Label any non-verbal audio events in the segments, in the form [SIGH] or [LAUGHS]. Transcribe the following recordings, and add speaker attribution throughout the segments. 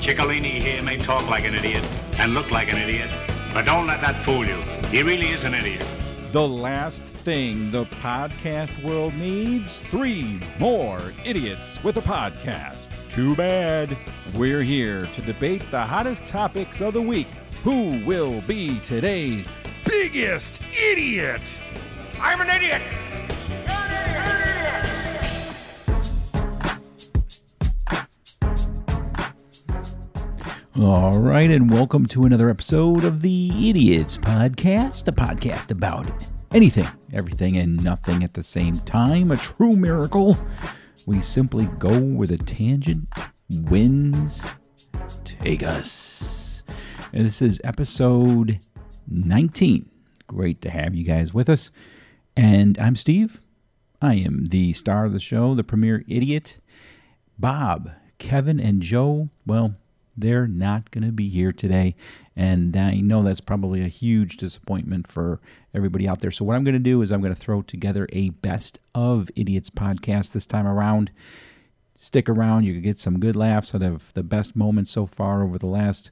Speaker 1: Ciccolini here may talk like an idiot and look like an idiot, but don't let that fool you. He really is an idiot.
Speaker 2: The last thing the podcast world needs three more idiots with a podcast. Too bad. We're here to debate the hottest topics of the week. Who will be today's biggest idiot?
Speaker 1: I'm an idiot!
Speaker 2: All right, and welcome to another episode of the Idiots Podcast, a podcast about anything, everything, and nothing at the same time. A true miracle. We simply go where the tangent winds take us. And this is episode 19. Great to have you guys with us. And I'm Steve. I am the star of the show, the premier idiot. Bob, Kevin, and Joe, well, they're not going to be here today. And I know that's probably a huge disappointment for everybody out there. So, what I'm going to do is I'm going to throw together a best of idiots podcast this time around. Stick around, you can get some good laughs out of the best moments so far over the last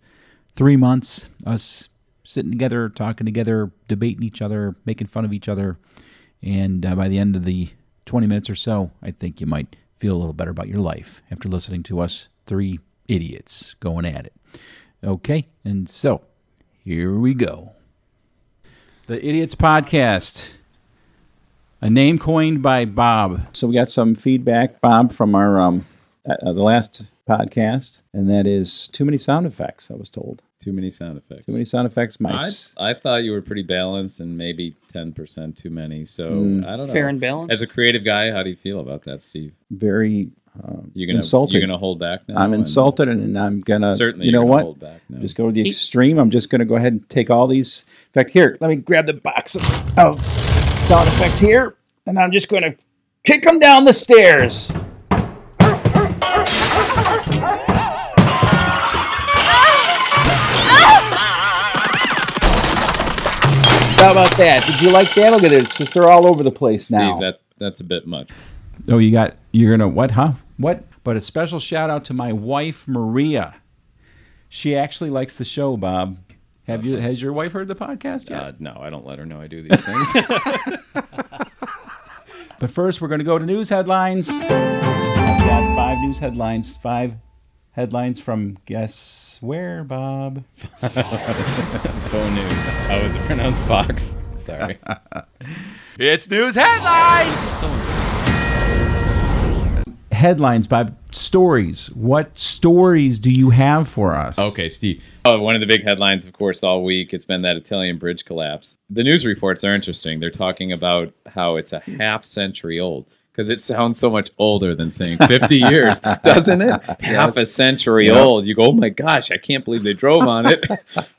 Speaker 2: three months. Us sitting together, talking together, debating each other, making fun of each other. And uh, by the end of the 20 minutes or so, I think you might feel a little better about your life after listening to us three idiots going at it. Okay, and so here we go. The Idiots Podcast, a name coined by Bob. So we got some feedback, Bob, from our um, uh, the last podcast, and that is too many sound effects. I was told
Speaker 3: Too many sound effects.
Speaker 2: too many sound effects. My
Speaker 3: I,
Speaker 2: s-
Speaker 3: I thought you were pretty balanced and maybe 10% too many. So
Speaker 2: Mm.
Speaker 3: I don't know.
Speaker 4: Fair and balanced.
Speaker 3: As a creative guy, how do you feel about that, Steve?
Speaker 2: very uh,
Speaker 3: You're gonna
Speaker 2: insulted.
Speaker 3: You're gonna hold back now.
Speaker 2: I'm
Speaker 3: and
Speaker 2: insulted, and, I'm gonna
Speaker 3: certainly,
Speaker 2: You
Speaker 3: you're
Speaker 2: know
Speaker 3: gonna
Speaker 2: what?
Speaker 3: Hold back now.
Speaker 2: Just go to the extreme. I'm just going to go ahead and take all these. In fact, here, let me grab the box of, of sound effects here, and I'm just going to kick them down the stairs. How about that? Did you like that? Look at it. It's just they're all over the place
Speaker 3: Steve,
Speaker 2: now.
Speaker 3: that that's a bit much.
Speaker 2: Oh, you got you're gonna what, huh? What? But a special shout out to my wife Maria. She actually likes the show, Bob. Have you has your wife heard the podcast yet?
Speaker 3: Uh, no, I don't let her know I do these
Speaker 2: [LAUGHS]
Speaker 3: things.
Speaker 2: But first, we're going to go to news headlines. I've got five news headlines. Five headlines from guess where, Bob?
Speaker 3: Faux news. How is it pronounced, Fox?
Speaker 2: [LAUGHS]
Speaker 3: Sorry.
Speaker 5: It's news headlines.
Speaker 2: Headlines, Bob. Stories. What stories do you have for us?
Speaker 3: Okay, Steve. Oh, one of the big headlines, of course, all week it's been that Italian bridge collapse. The news reports are interesting. They're talking about how it's a half century old because it sounds so much older
Speaker 2: [LAUGHS]
Speaker 3: than saying 50 years, doesn't it? Half a century
Speaker 2: Yep.
Speaker 3: old. You go, oh my gosh, I can't believe they drove
Speaker 2: [LAUGHS]
Speaker 3: on it.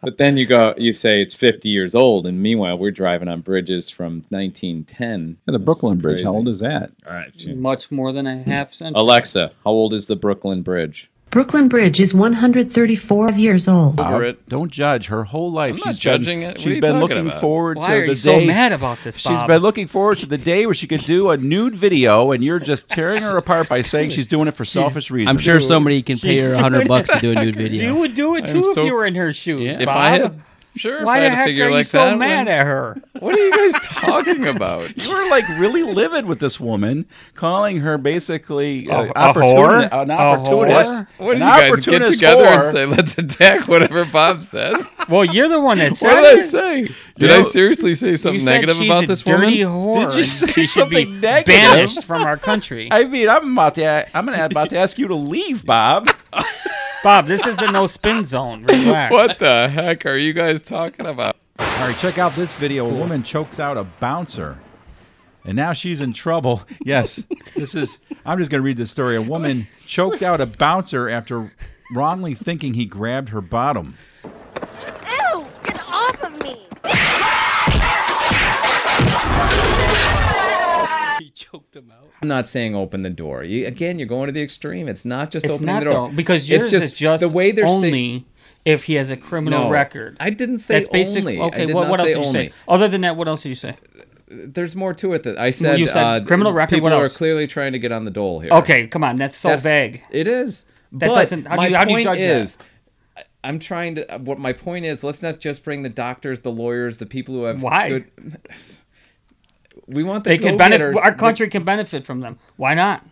Speaker 3: but then you go, you say it's 50 years old, and meanwhile we're driving on bridges from 1910.
Speaker 2: The Brooklyn Bridge. How
Speaker 3: crazy.
Speaker 2: old is that?
Speaker 3: All right.
Speaker 4: much more than a half century.
Speaker 3: Alexa, how old is the Brooklyn Bridge?
Speaker 6: Brooklyn Bridge is 134 years old.
Speaker 5: Over it.
Speaker 7: Don't judge. Her whole life,
Speaker 5: I'm
Speaker 7: she's
Speaker 5: not
Speaker 7: been-
Speaker 5: judging it. What are
Speaker 7: She's
Speaker 5: you
Speaker 7: been
Speaker 5: talking
Speaker 7: looking
Speaker 5: about?
Speaker 7: forward
Speaker 4: Why
Speaker 7: to
Speaker 4: are
Speaker 7: the
Speaker 4: you
Speaker 7: day.
Speaker 4: so mad about this,
Speaker 7: She's
Speaker 4: Bob?
Speaker 7: been looking forward to the day where she could do a nude video, and you're just tearing her apart by saying she's doing it for selfish reasons.
Speaker 8: I'm sure somebody can pay her a hundred bucks to do a nude video.
Speaker 4: You would do it
Speaker 3: I'm
Speaker 4: too if
Speaker 3: so-
Speaker 4: you were in her shoes,
Speaker 8: Yeah.
Speaker 4: Bob.
Speaker 8: If
Speaker 3: I had- Sure.
Speaker 4: Why
Speaker 3: if I
Speaker 4: the
Speaker 3: had a
Speaker 4: heck are
Speaker 3: figure
Speaker 4: you
Speaker 3: like
Speaker 4: so
Speaker 3: that,
Speaker 4: mad at her?
Speaker 3: What are you guys talking
Speaker 4: [LAUGHS]
Speaker 3: about?
Speaker 7: You were like really livid with this woman, calling her basically uh,
Speaker 4: A- a
Speaker 7: opportuni-
Speaker 4: whore?
Speaker 7: an
Speaker 4: A
Speaker 7: opportunist.
Speaker 4: whore?
Speaker 3: What
Speaker 7: an
Speaker 3: did you guys get
Speaker 7: opportunist
Speaker 3: together
Speaker 7: whore.
Speaker 3: and say, let's attack whatever Bob
Speaker 4: [LAUGHS]
Speaker 3: says?
Speaker 4: Well, you're
Speaker 3: [LAUGHS]
Speaker 4: the one that said
Speaker 3: what did I
Speaker 4: it.
Speaker 3: say? Did I
Speaker 7: know-
Speaker 3: seriously say
Speaker 4: You
Speaker 3: something
Speaker 4: said
Speaker 3: negative
Speaker 4: she's
Speaker 3: about
Speaker 4: a
Speaker 3: this
Speaker 4: dirty
Speaker 3: woman?
Speaker 4: Whore
Speaker 7: Did you say
Speaker 4: and she should be
Speaker 7: something negative?
Speaker 4: Banished from our country. [LAUGHS]
Speaker 7: I mean, I'm about to. a- I'm gonna- about to ask you to leave, Bob.
Speaker 4: Bob, this is the no spin zone.
Speaker 3: [LAUGHS]
Speaker 4: Relax.
Speaker 3: What the heck are you guys talking about?
Speaker 2: All right, check out this video. A woman chokes out a bouncer, and now she's in trouble. [LAUGHS] Yes, this is. I'm just going to read this story. A woman choked out a bouncer after wrongly thinking he grabbed her bottom.
Speaker 9: Ew! Get off of me!
Speaker 3: I'm not saying open the door. You, again, you're going to the extreme. It's not just
Speaker 4: It's
Speaker 3: opening
Speaker 4: not
Speaker 3: the door
Speaker 4: though, because yours
Speaker 3: it's just
Speaker 4: is just
Speaker 3: the way they're
Speaker 4: only
Speaker 3: sta-
Speaker 4: if he has a criminal
Speaker 3: No,
Speaker 4: record.
Speaker 3: I didn't say
Speaker 4: That's basic.
Speaker 3: only. I
Speaker 4: Okay,
Speaker 3: did
Speaker 4: what,
Speaker 3: not
Speaker 4: what else
Speaker 3: say
Speaker 4: did you say?
Speaker 3: only.
Speaker 4: Other than that, what else did you say?
Speaker 3: There's more to it that I said.
Speaker 4: You said
Speaker 3: uh,
Speaker 4: criminal record,
Speaker 3: People
Speaker 4: what
Speaker 3: are
Speaker 4: else?
Speaker 3: clearly trying to get on the dole here.
Speaker 4: Okay, come on, that's so
Speaker 3: That's-
Speaker 4: vague.
Speaker 3: It is.
Speaker 4: That
Speaker 3: but
Speaker 4: doesn't. How do
Speaker 3: my
Speaker 4: you, how do you
Speaker 3: point
Speaker 4: judge that?
Speaker 3: is, I- I'm trying to. uh, What my point is, let's not just bring the doctors, the lawyers, the people who have
Speaker 4: Why?
Speaker 3: good- we want the
Speaker 4: They can
Speaker 3: go-getters.
Speaker 4: benefit. Our
Speaker 3: The-
Speaker 4: country can benefit from them. Why not?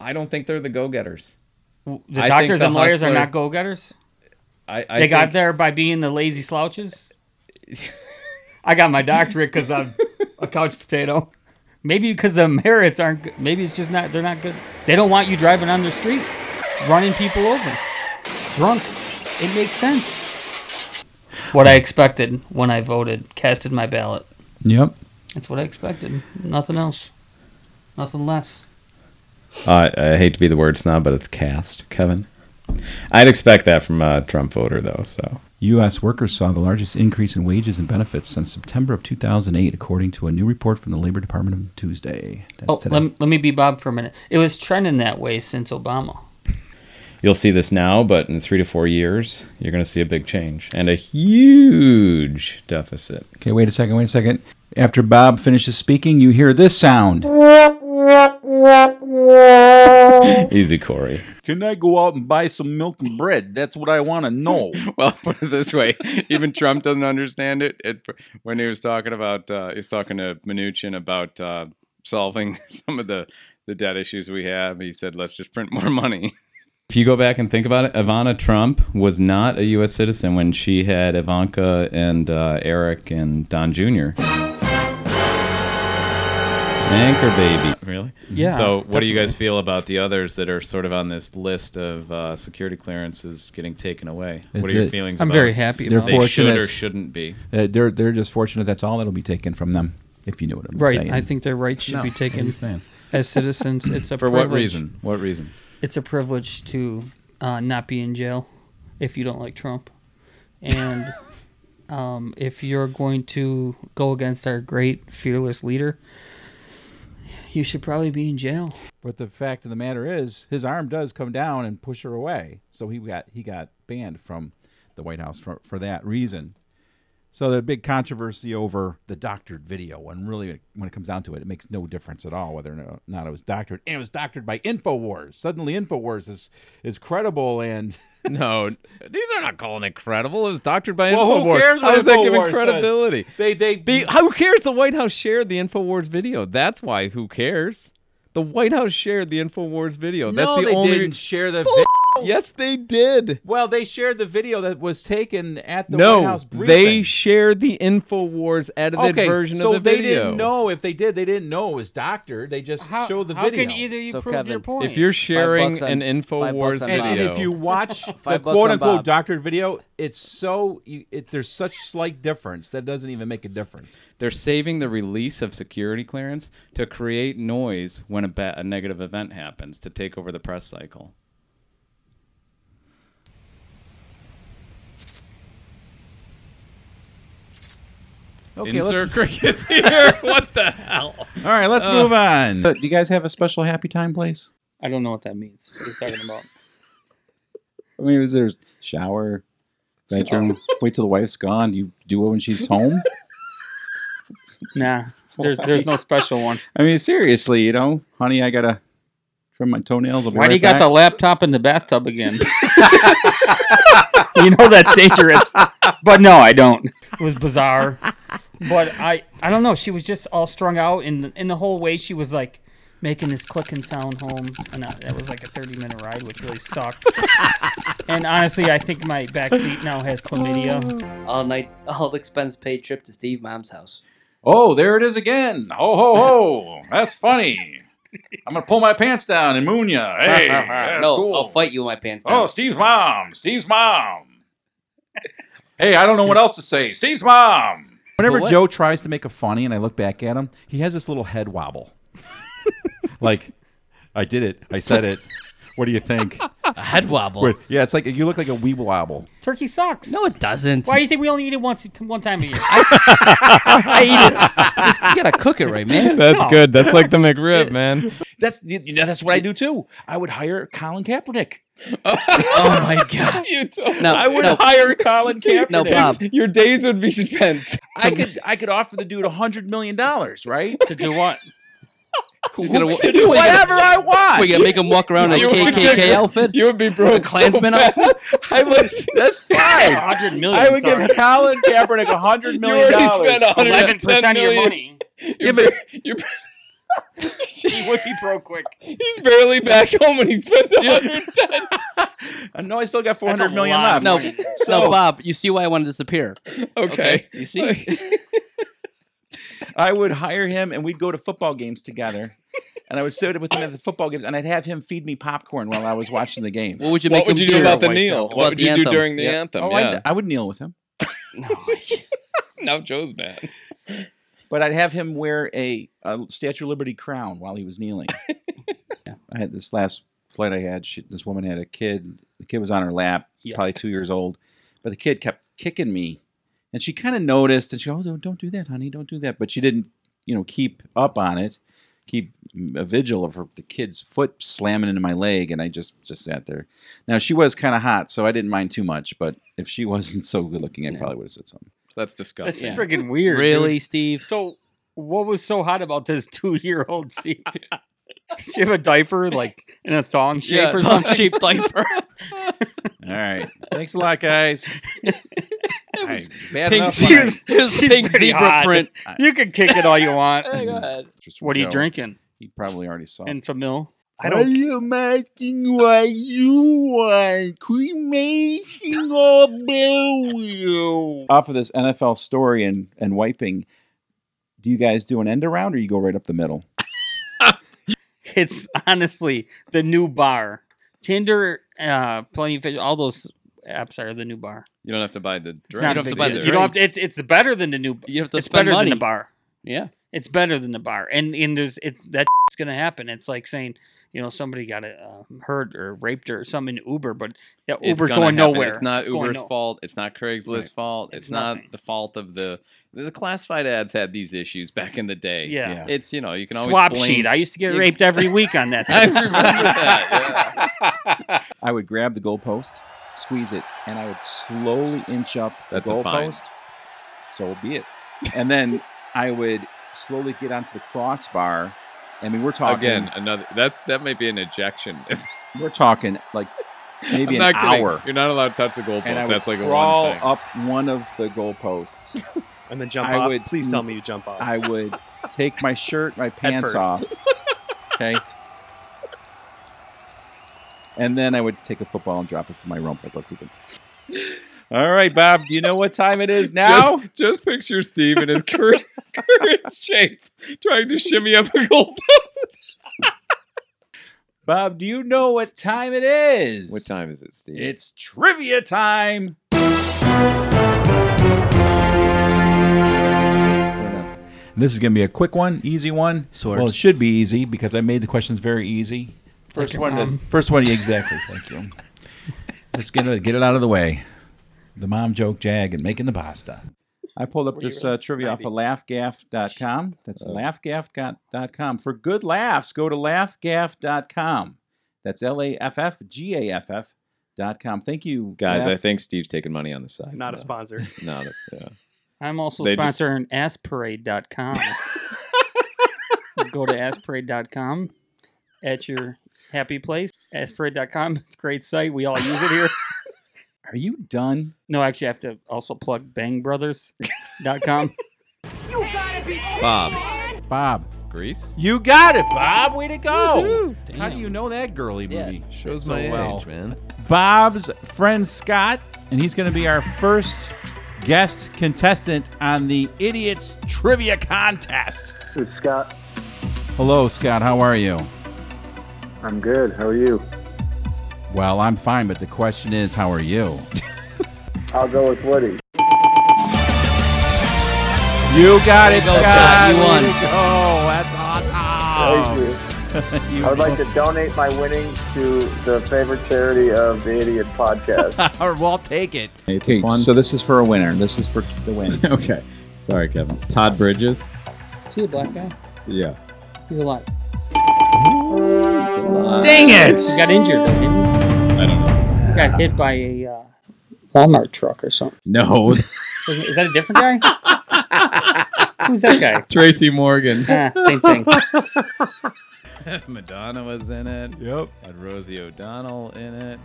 Speaker 3: I don't think they're the go-getters.
Speaker 4: The
Speaker 3: I think
Speaker 4: doctors
Speaker 3: the
Speaker 4: and lawyers
Speaker 3: hustler-
Speaker 4: are not go-getters.
Speaker 3: I, I
Speaker 4: They got
Speaker 3: think-
Speaker 4: there by being the lazy slouches. I got my doctorate because I'm
Speaker 3: [LAUGHS]
Speaker 4: a couch potato. Maybe because the merits aren't. Good. Maybe it's just not. They're not good. They don't want you driving on their street, running people over, drunk. It makes sense. What I expected when I voted, casted my ballot.
Speaker 2: Yep.
Speaker 4: That's what I expected. Nothing else. Nothing less.
Speaker 3: Uh, I hate to be the word snob, but it's cast, Kevin. I'd expect that from a Trump voter, though. So
Speaker 2: U.S. workers saw the largest increase in wages and benefits since September of 2008, according to a new report from the Labor Department on Tuesday. That's
Speaker 4: Oh,
Speaker 2: today.
Speaker 4: let, let me be Bob for a minute. It was trending that way since Obama.
Speaker 3: you'll see this now, but in three to four years, you're going to see a big change and a huge deficit.
Speaker 2: okay, wait a second, wait a second. After Bob finishes speaking, you hear this sound.
Speaker 3: Easy, Corey.
Speaker 7: Can I go out and buy some milk and bread? That's what I want to know.
Speaker 3: Well, [LAUGHS] put it this way: even Trump doesn't understand it. it when he was talking about, uh, he was talking to Mnuchin about uh, solving [LAUGHS] some of the the debt issues we have. He said, "Let's just print more money." If you go back and think about it, Ivana Trump was not a U.S. citizen when she had Ivanka and uh, Eric and Don Jr. Anchor baby. Really?
Speaker 4: Yeah,
Speaker 3: So, what do you guys feel about the others that are sort of on this list of uh, security clearances getting taken away? what
Speaker 2: That's
Speaker 3: are your
Speaker 2: it.
Speaker 3: feelings?
Speaker 4: I'm
Speaker 3: about
Speaker 4: very happy
Speaker 2: They're
Speaker 4: about
Speaker 2: for-
Speaker 4: it.
Speaker 3: They should
Speaker 2: Fortunate.
Speaker 3: or shouldn't be.
Speaker 2: Uh, they're they're just fortunate that's all that'll be taken from them, if you know what I'm
Speaker 4: Right.
Speaker 2: saying.
Speaker 4: I think their rights should be taken as citizens. It's
Speaker 3: [LAUGHS]
Speaker 4: a
Speaker 3: For
Speaker 4: privilege.
Speaker 3: what reason? What reason?
Speaker 4: It's a privilege to uh, not be in jail if you don't like Trump,
Speaker 3: [LAUGHS]
Speaker 4: and um, if you're going to go against our great fearless leader, you should probably be in jail.
Speaker 2: But the fact of the matter is, his arm does come down and push her away. So he got he got banned from the White House for for that reason. So the big controversy over the doctored video, and really, when it comes down to it, it makes no difference at all whether or not it was doctored. And it was doctored by Infowars. Suddenly, Infowars is is credible, and [LAUGHS]
Speaker 5: No, these are not calling it credible. It was doctored by
Speaker 2: Well, who
Speaker 5: InfoWars.
Speaker 2: cares what
Speaker 5: How does that give
Speaker 2: InfoWars
Speaker 5: it
Speaker 2: does?
Speaker 5: credibility?
Speaker 2: they they
Speaker 5: Be, who cares? The White House shared the InfoWars video. That's why. Who cares? The White House shared the InfoWars video. That's
Speaker 2: no,
Speaker 5: the
Speaker 2: they
Speaker 5: only.
Speaker 2: didn't share the.
Speaker 5: Bull-
Speaker 2: Vi-
Speaker 5: Yes, they did.
Speaker 2: well, they shared the video that was taken at the White
Speaker 5: no,
Speaker 2: House briefing.
Speaker 5: they shared the InfoWars edited version
Speaker 2: so
Speaker 5: of the
Speaker 2: they
Speaker 5: video.
Speaker 2: didn't know if they did. They didn't know it was doctor. They just
Speaker 4: How,
Speaker 2: showed the
Speaker 4: how
Speaker 2: video.
Speaker 4: can either you
Speaker 8: So,
Speaker 4: prove your
Speaker 8: Kevin,
Speaker 4: point?
Speaker 5: If you're sharing
Speaker 8: bucks on-
Speaker 5: an
Speaker 8: five
Speaker 5: InfoWars
Speaker 8: bucks on
Speaker 5: video,
Speaker 2: and, and if you watch the
Speaker 8: Five bucks
Speaker 2: quote
Speaker 8: on
Speaker 2: unquote
Speaker 8: Bob.
Speaker 2: doctored video, it's so you, it, there's such slight difference that doesn't even make a difference.
Speaker 3: They're saving the release of security clearance to create noise when a, ba- a negative event happens to take over the press cycle. Insert crickets [LAUGHS] here. what the hell?
Speaker 2: All right, let's move on. Uh, Do you guys have a special happy time place?
Speaker 4: I don't know what that means. What are you talking about?
Speaker 2: I mean, is there shower, bedroom? Wait till the wife's gone. You do it when she's home.
Speaker 4: [LAUGHS] Nah, there's there's no special one.
Speaker 2: [LAUGHS] I mean, seriously, you know, honey, I gotta trim my toenails. I'll be
Speaker 4: Why do
Speaker 2: right
Speaker 4: you got
Speaker 2: back.
Speaker 4: the laptop in the bathtub
Speaker 3: [LAUGHS]
Speaker 4: again? [LAUGHS] you know that's
Speaker 3: [LAUGHS]
Speaker 4: dangerous. But no, I don't. It was bizarre. But I I don't know, she was just all strung out and in the whole way she was like making this clicking sound home and I, that was like a 30 minute ride which really [LAUGHS] sucked. and honestly, I think my back seat now has chlamydia.
Speaker 8: All night, all expense paid trip to Steve Mom's house.
Speaker 7: Oh, there it is again. Ho, ho, ho. That's funny. I'm going to pull my pants down and moon ya. Hey, that's
Speaker 8: no,
Speaker 7: cool.
Speaker 8: I'll fight you with my pants down.
Speaker 7: Oh, Steve's mom. Steve's mom. hey, I don't know what else to say. Steve's mom.
Speaker 2: Whenever
Speaker 8: But what-
Speaker 2: Joe tries to make a funny and I look back at him, he has this little head wobble. [LAUGHS] like, I did it. I said it. What do you think?
Speaker 8: a head wobble.
Speaker 2: Wait, yeah, it's like you look like a wee wobble.
Speaker 4: Turkey sucks.
Speaker 8: No, it doesn't.
Speaker 4: Why do you think we only eat it once one time a year?
Speaker 8: I eat it. Just- you gotta cook it right, man.
Speaker 3: That's good. That's like the McRib, man.
Speaker 7: That's you you know that's what I do too. I would hire Colin Kaepernick.
Speaker 8: Oh my god.
Speaker 5: you don't-
Speaker 8: No,
Speaker 7: I would
Speaker 8: no,
Speaker 7: hire Colin Kaepernick.
Speaker 8: [LAUGHS] no, Bob.
Speaker 5: your days
Speaker 8: [LAUGHS]
Speaker 5: would be spent.
Speaker 7: I could I could offer the dude a hundred million dollars, right?
Speaker 4: to do what?
Speaker 8: He's gonna wa-
Speaker 3: can
Speaker 8: [LAUGHS]
Speaker 3: do whatever I want.
Speaker 8: We're gonna make him walk around in a
Speaker 3: You would
Speaker 4: [LAUGHS]
Speaker 3: be
Speaker 8: KKK
Speaker 3: different.
Speaker 8: outfit.
Speaker 3: You would be
Speaker 8: A
Speaker 3: broke.
Speaker 8: Klansman
Speaker 3: so bad.
Speaker 8: outfit.
Speaker 3: I would. That's [LAUGHS] fine.
Speaker 4: 100 million.
Speaker 2: I would
Speaker 4: sorry.
Speaker 2: give Colin Kaepernick a hundred
Speaker 3: You
Speaker 2: million
Speaker 3: already
Speaker 2: dollars.
Speaker 3: spent
Speaker 4: 11%
Speaker 3: 110
Speaker 4: of your
Speaker 3: million.
Speaker 4: money.
Speaker 3: You're, ba- [LAUGHS] you're, [LAUGHS]
Speaker 4: He would be pro quick.
Speaker 3: he's barely back home and he spent 110. [LAUGHS]
Speaker 2: I know I still got four
Speaker 4: That's a
Speaker 2: hundred million
Speaker 4: lot
Speaker 2: left.
Speaker 4: of
Speaker 8: No,
Speaker 4: money.
Speaker 8: no, Bob. You see why I want to disappear?
Speaker 3: Okay.
Speaker 8: you see.
Speaker 2: I would hire him and we'd go to football games together. And I would sit with him at the football games and I'd have him feed me popcorn while I was watching the game.
Speaker 8: What would you make
Speaker 3: What would
Speaker 8: him
Speaker 3: you do about the
Speaker 8: White
Speaker 3: kneel?
Speaker 8: House?
Speaker 3: What
Speaker 8: About
Speaker 3: would
Speaker 8: the
Speaker 3: you do
Speaker 8: anthem?
Speaker 3: during the
Speaker 8: Yep.
Speaker 3: anthem?
Speaker 2: Oh,
Speaker 3: yeah.
Speaker 2: I'd, I would kneel with him,
Speaker 3: now Joe's mad.
Speaker 2: but I'd have him wear a, a Statue of Liberty crown while he was kneeling. I had this last flight I had. She, this woman had a kid. The kid was on her lap,
Speaker 4: Yeah.
Speaker 2: probably two years old, but the kid kept kicking me, and she kind of noticed, and she oh don't, don't do that, honey, don't do that. But she didn't, you know, keep up on it, keep a vigil of her, the kid's foot slamming into my leg, and I just just sat there. Now she was kind of hot, so I didn't mind too much. But if she wasn't so good looking, I
Speaker 8: No.
Speaker 2: probably would have said something.
Speaker 3: That's
Speaker 4: That's
Speaker 3: disgusting.
Speaker 8: Yeah.
Speaker 4: friggin' weird.
Speaker 8: Really,
Speaker 4: dude.
Speaker 8: Steve?
Speaker 4: So, what was so hot about this [LAUGHS] two year
Speaker 3: [LAUGHS]
Speaker 4: old Steve? Did she have a diaper, like in a thong shape
Speaker 3: Yeah,
Speaker 4: or
Speaker 8: Some
Speaker 4: something?
Speaker 8: cheap diaper.
Speaker 2: All right. Thanks a
Speaker 10: [LAUGHS]
Speaker 2: lot, guys. All right. Bad
Speaker 8: Pink
Speaker 2: enough
Speaker 8: zebra,
Speaker 2: when
Speaker 8: his pink
Speaker 4: pretty
Speaker 8: zebra
Speaker 4: hot.
Speaker 8: print.
Speaker 4: You could kick it all
Speaker 3: [LAUGHS]
Speaker 4: you
Speaker 10: [LAUGHS]
Speaker 4: want.
Speaker 2: I- Just
Speaker 4: What are you
Speaker 2: Joe,
Speaker 4: drinking?
Speaker 2: He probably already saw. it.
Speaker 4: Infamil?
Speaker 2: I don't.
Speaker 10: am asking why you want cremation or burial.
Speaker 2: Off of this NFL story and and wiping, do you guys do an end around or you go right up the middle?
Speaker 4: It's honestly the new bar. Tinder, uh, Plenty of Fish, all those apps are the new bar.
Speaker 3: You don't have to buy the drink.
Speaker 4: It's not
Speaker 8: don't have to
Speaker 4: big
Speaker 8: buy
Speaker 4: deal.
Speaker 8: the
Speaker 4: You don't have to,
Speaker 8: drinks.
Speaker 4: it's, it's better than the new bar.
Speaker 8: You have to
Speaker 4: It's
Speaker 8: spend
Speaker 4: better
Speaker 8: money.
Speaker 4: than the bar.
Speaker 8: Yeah.
Speaker 4: It's better than the bar. And and there's it [LAUGHS] that's gonna happen. It's like saying, you know, somebody got uh, hurt or raped or something in Uber, but yeah,
Speaker 3: It's
Speaker 4: Uber's
Speaker 3: gonna
Speaker 4: going
Speaker 3: happen.
Speaker 4: nowhere.
Speaker 3: It's not
Speaker 4: going
Speaker 3: Uber's
Speaker 4: no-
Speaker 3: fault. It's not Craigslist's
Speaker 4: Right.
Speaker 3: fault. It's,
Speaker 4: It's
Speaker 3: not
Speaker 4: nothing.
Speaker 3: the fault of the the classified ads had these issues back in the day.
Speaker 4: Yeah.
Speaker 2: Yeah.
Speaker 3: It's you know you can always
Speaker 4: Swap
Speaker 3: blame-
Speaker 4: sheet. I used to get
Speaker 3: Ex-
Speaker 4: raped every week
Speaker 3: [LAUGHS]
Speaker 4: on that.
Speaker 3: I remember that. [LAUGHS] yeah.
Speaker 2: I would grab the goalpost, squeeze it, and I would slowly inch up
Speaker 3: That's
Speaker 2: the
Speaker 3: a fine.
Speaker 2: goalpost. So be it. And then I would slowly get onto the crossbar. I mean, we're talking
Speaker 3: Again, another that that might be an ejection. [LAUGHS]
Speaker 2: We're talking like maybe
Speaker 3: I'm
Speaker 2: an
Speaker 3: not kidding.
Speaker 2: hour.
Speaker 3: You're not allowed to touch the goalpost.
Speaker 2: and I would
Speaker 3: That's like a
Speaker 2: crawl
Speaker 3: one thing.
Speaker 2: up one of the goalposts.
Speaker 5: [LAUGHS] And then jump
Speaker 2: I
Speaker 5: off.
Speaker 2: would-
Speaker 5: Please tell me you jump off.
Speaker 2: I
Speaker 5: [LAUGHS]
Speaker 2: would take my shirt, my pants
Speaker 5: first.
Speaker 2: off. Okay. And then I would take a football and drop it from my rump. like most people. All right, Bob. Do you know what time it [LAUGHS] is now?
Speaker 3: Just, just picture Steve in his [LAUGHS] current, current shape trying to shimmy up a [LAUGHS] goalpost.
Speaker 2: Bob, do you know what time it is?
Speaker 3: What time is it, Steve?
Speaker 2: It's trivia time.
Speaker 11: This is going to be a quick one, easy one.
Speaker 8: Swords.
Speaker 11: Well, it should be easy because I made the questions very easy. First one, to, first one, exactly. Thank you. Let's get it, get it out of the way. The mom joke jag and making the pasta.
Speaker 2: I pulled up this uh, trivia off of laughgaff.com. That's
Speaker 3: Oh.
Speaker 2: laughgaff.com. For good laughs, go to laughgaff.com. That's L A F F G A F F dot com. Thank you,
Speaker 3: Guys, I
Speaker 2: Laugh.
Speaker 3: think Steve's taking money on the side.
Speaker 5: Not
Speaker 3: for
Speaker 5: a
Speaker 3: that.
Speaker 5: sponsor.
Speaker 3: No, that's, yeah.
Speaker 4: I'm also
Speaker 3: They just-
Speaker 4: sponsoring
Speaker 3: [LAUGHS]
Speaker 4: assparade.com. Go to assparade.com at your happy place. Assparade.com. It's a great site. We all use it here.
Speaker 3: [LAUGHS]
Speaker 2: Are you done?
Speaker 4: No, actually, I have to also plug bangbrothers.com.
Speaker 3: Bob,
Speaker 11: Bob,
Speaker 3: Greece
Speaker 11: you got it, Bob. Way to go. How do
Speaker 8: Damn.
Speaker 11: you know that girly
Speaker 8: Yeah.
Speaker 11: movie?
Speaker 3: shows
Speaker 11: my well. age,
Speaker 3: man.
Speaker 11: Bob's friend Scott, and he's going to be our first guest contestant on the Idiots Trivia Contest.
Speaker 9: It's Scott.
Speaker 11: Hello, Scott. How are you?
Speaker 9: I'm good. How are you?
Speaker 11: Well, I'm fine, but the question is, how are you?
Speaker 9: I'll go with Woody.
Speaker 11: You got it,
Speaker 8: go,
Speaker 11: Scott.
Speaker 8: Scott. You won.
Speaker 11: Oh, that's awesome.
Speaker 9: Thank you. I would like to donate my winnings to the favorite charity of the Idiot Podcast.
Speaker 11: Or we'll take it.
Speaker 2: Okay, so this is for a winner. This is for the win.
Speaker 3: okay. Sorry, Kevin. Todd Bridges.
Speaker 8: Is he a black guy?
Speaker 3: Yeah.
Speaker 8: He's alive.
Speaker 3: Dang it!
Speaker 4: He got injured, though, didn't
Speaker 3: I don't know.
Speaker 4: he? He got hit by a uh, [LAUGHS] Walmart truck or something.
Speaker 3: No, [LAUGHS]
Speaker 4: Is, is that a different guy? Who's that guy?
Speaker 3: Tracy Morgan.
Speaker 4: Ah,
Speaker 3: [LAUGHS]
Speaker 4: same thing.
Speaker 3: Madonna was in it.
Speaker 12: Yep.
Speaker 3: Had Rosie O'Donnell in it.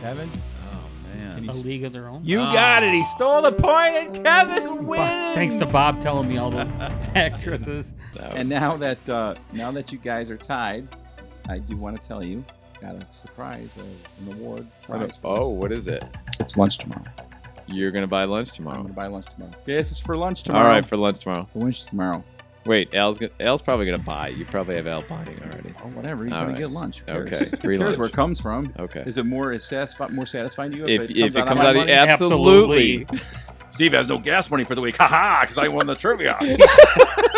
Speaker 12: Kevin?
Speaker 3: Oh man.
Speaker 4: [LAUGHS] A League of Their Own.
Speaker 13: You got it. He stole the point, and Kevin
Speaker 4: Bo-
Speaker 13: wins.
Speaker 4: Thanks to Bob telling me
Speaker 3: [LAUGHS]
Speaker 4: all those actresses.
Speaker 2: And now that uh, now that you guys are tied, I do want to tell you, got a surprise, uh, an award prize. for us.
Speaker 3: Oh, what is it?
Speaker 2: it's lunch tomorrow.
Speaker 3: You're gonna buy lunch
Speaker 2: I'm gonna
Speaker 3: tomorrow.
Speaker 2: buy lunch tomorrow. Yes, it's for lunch tomorrow.
Speaker 3: All right, for lunch tomorrow.
Speaker 2: for lunch tomorrow.
Speaker 3: Wait, Al's gonna, Al's probably gonna buy. You probably have Al buying already.
Speaker 2: Oh, whatever. You
Speaker 3: All
Speaker 2: gotta
Speaker 3: right.
Speaker 2: get lunch. Who cares?
Speaker 3: Okay, free
Speaker 2: [LAUGHS] Who cares
Speaker 3: lunch.
Speaker 2: where it comes from?
Speaker 3: Okay.
Speaker 2: Is it more is satisfi- more satisfying to you
Speaker 3: If,
Speaker 2: it comes out, on my
Speaker 3: of
Speaker 2: money?
Speaker 3: absolutely.
Speaker 2: Steve has no gas money for the week. Ha ha! Because I won the [LAUGHS] trivia.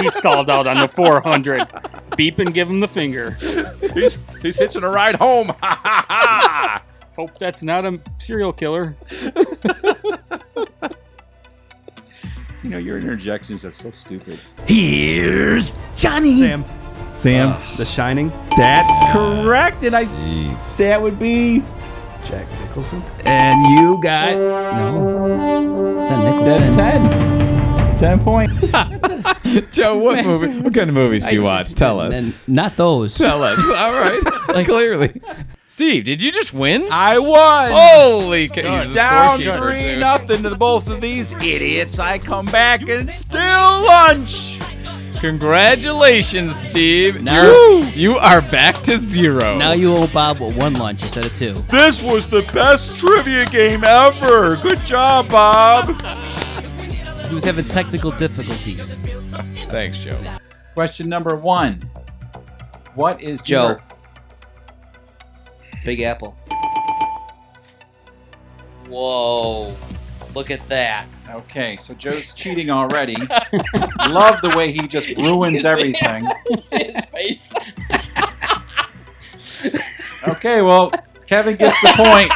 Speaker 4: He stalled
Speaker 3: [LAUGHS]
Speaker 4: out on the 400. Beep and give him the finger.
Speaker 2: he's he's hitching a ride home. Ha ha ha!
Speaker 4: Hope that's not a serial killer.
Speaker 2: You know your interjections are so stupid.
Speaker 14: Here's Johnny.
Speaker 1: Sam. Sam, The Shining. That's correct, and I that would be Jack Nicholson. And you got no.
Speaker 12: That's 10. 10 points.
Speaker 3: [LAUGHS]
Speaker 14: [LAUGHS]
Speaker 3: Joe, what movie? What kind of movies do you watch? Tell us.
Speaker 8: And not those.
Speaker 3: Tell us. All right. Clearly. Steve, did you just win?
Speaker 1: I won.
Speaker 3: Holy cow.
Speaker 1: Oh, down three nothing to the both of these idiots. I come back and it's still lunch.
Speaker 3: Congratulations, Steve.
Speaker 8: Now-
Speaker 3: You're, you are back to zero.
Speaker 8: Now you owe Bob one lunch instead of two.
Speaker 1: This was the best trivia game ever. Good job, Bob.
Speaker 8: He was having technical difficulties.
Speaker 3: Thanks, Joe.
Speaker 2: Question number one. What is
Speaker 8: Joe.
Speaker 2: your-
Speaker 8: Big Apple. Whoa. Look at that. [LAUGHS]
Speaker 2: Okay, so Joe's
Speaker 1: [LAUGHS]
Speaker 2: cheating already. Love the way
Speaker 14: [LAUGHS]
Speaker 2: he just ruins everything.
Speaker 8: His face.
Speaker 2: Okay, well, Kevin gets the point.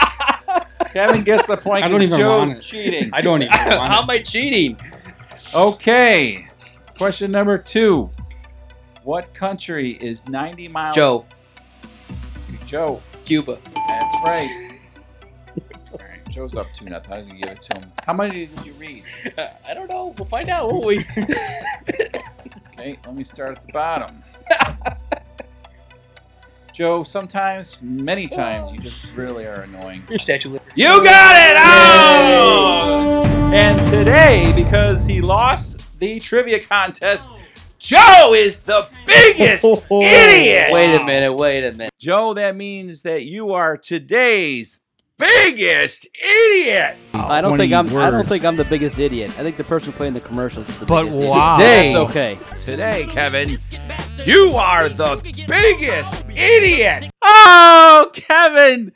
Speaker 2: Kevin gets the point
Speaker 4: I don't
Speaker 2: because
Speaker 4: even want
Speaker 2: Joe's
Speaker 4: it.
Speaker 2: cheating.
Speaker 4: I don't even want
Speaker 8: How am [LAUGHS] I cheating?
Speaker 2: Okay, question number two. What country is 90 miles?
Speaker 8: Joe,
Speaker 2: Joe.
Speaker 8: Cuba.
Speaker 2: That's right. All right, Joe's up two nothing. I was gonna give it to him. How many did you read?
Speaker 8: [LAUGHS] I don't know. We'll find out, won't we?
Speaker 2: [LAUGHS] Okay, let me start at the bottom. [LAUGHS] Joe, sometimes, many times, you just really are annoying.
Speaker 4: it. Statue of
Speaker 1: You got it. Oh.
Speaker 2: And today, because he lost the trivia contest,
Speaker 1: Joe is the
Speaker 8: [LAUGHS]
Speaker 1: biggest idiot.
Speaker 8: Wait a minute. Wait a minute.
Speaker 2: Joe, that means that you are today's
Speaker 1: Biggest idiot.
Speaker 14: I
Speaker 8: I don't think I'm. I don't
Speaker 14: think.
Speaker 8: think I'm the biggest idiot. I think the person playing the commercials is the
Speaker 4: But
Speaker 8: biggest
Speaker 4: wow.
Speaker 8: idiot. That's okay.
Speaker 1: Today, Kevin, you are the biggest idiot.
Speaker 2: Oh, Kevin,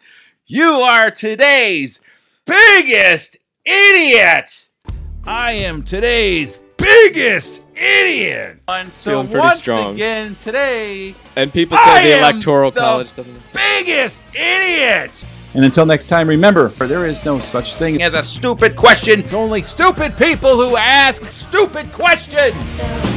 Speaker 2: you are today's
Speaker 1: Biggest idiot. I am today's biggest idiot.
Speaker 2: one. So
Speaker 3: Feeling pretty
Speaker 2: once
Speaker 3: strong.
Speaker 2: again today,
Speaker 3: And people
Speaker 1: I
Speaker 3: say the
Speaker 1: am
Speaker 3: electoral
Speaker 1: the-
Speaker 3: college doesn't.
Speaker 1: Biggest idiot.
Speaker 2: and until next time, remember, for there is no such thing as
Speaker 1: As a stupid question. Only stupid people who ask stupid questions.
Speaker 15: So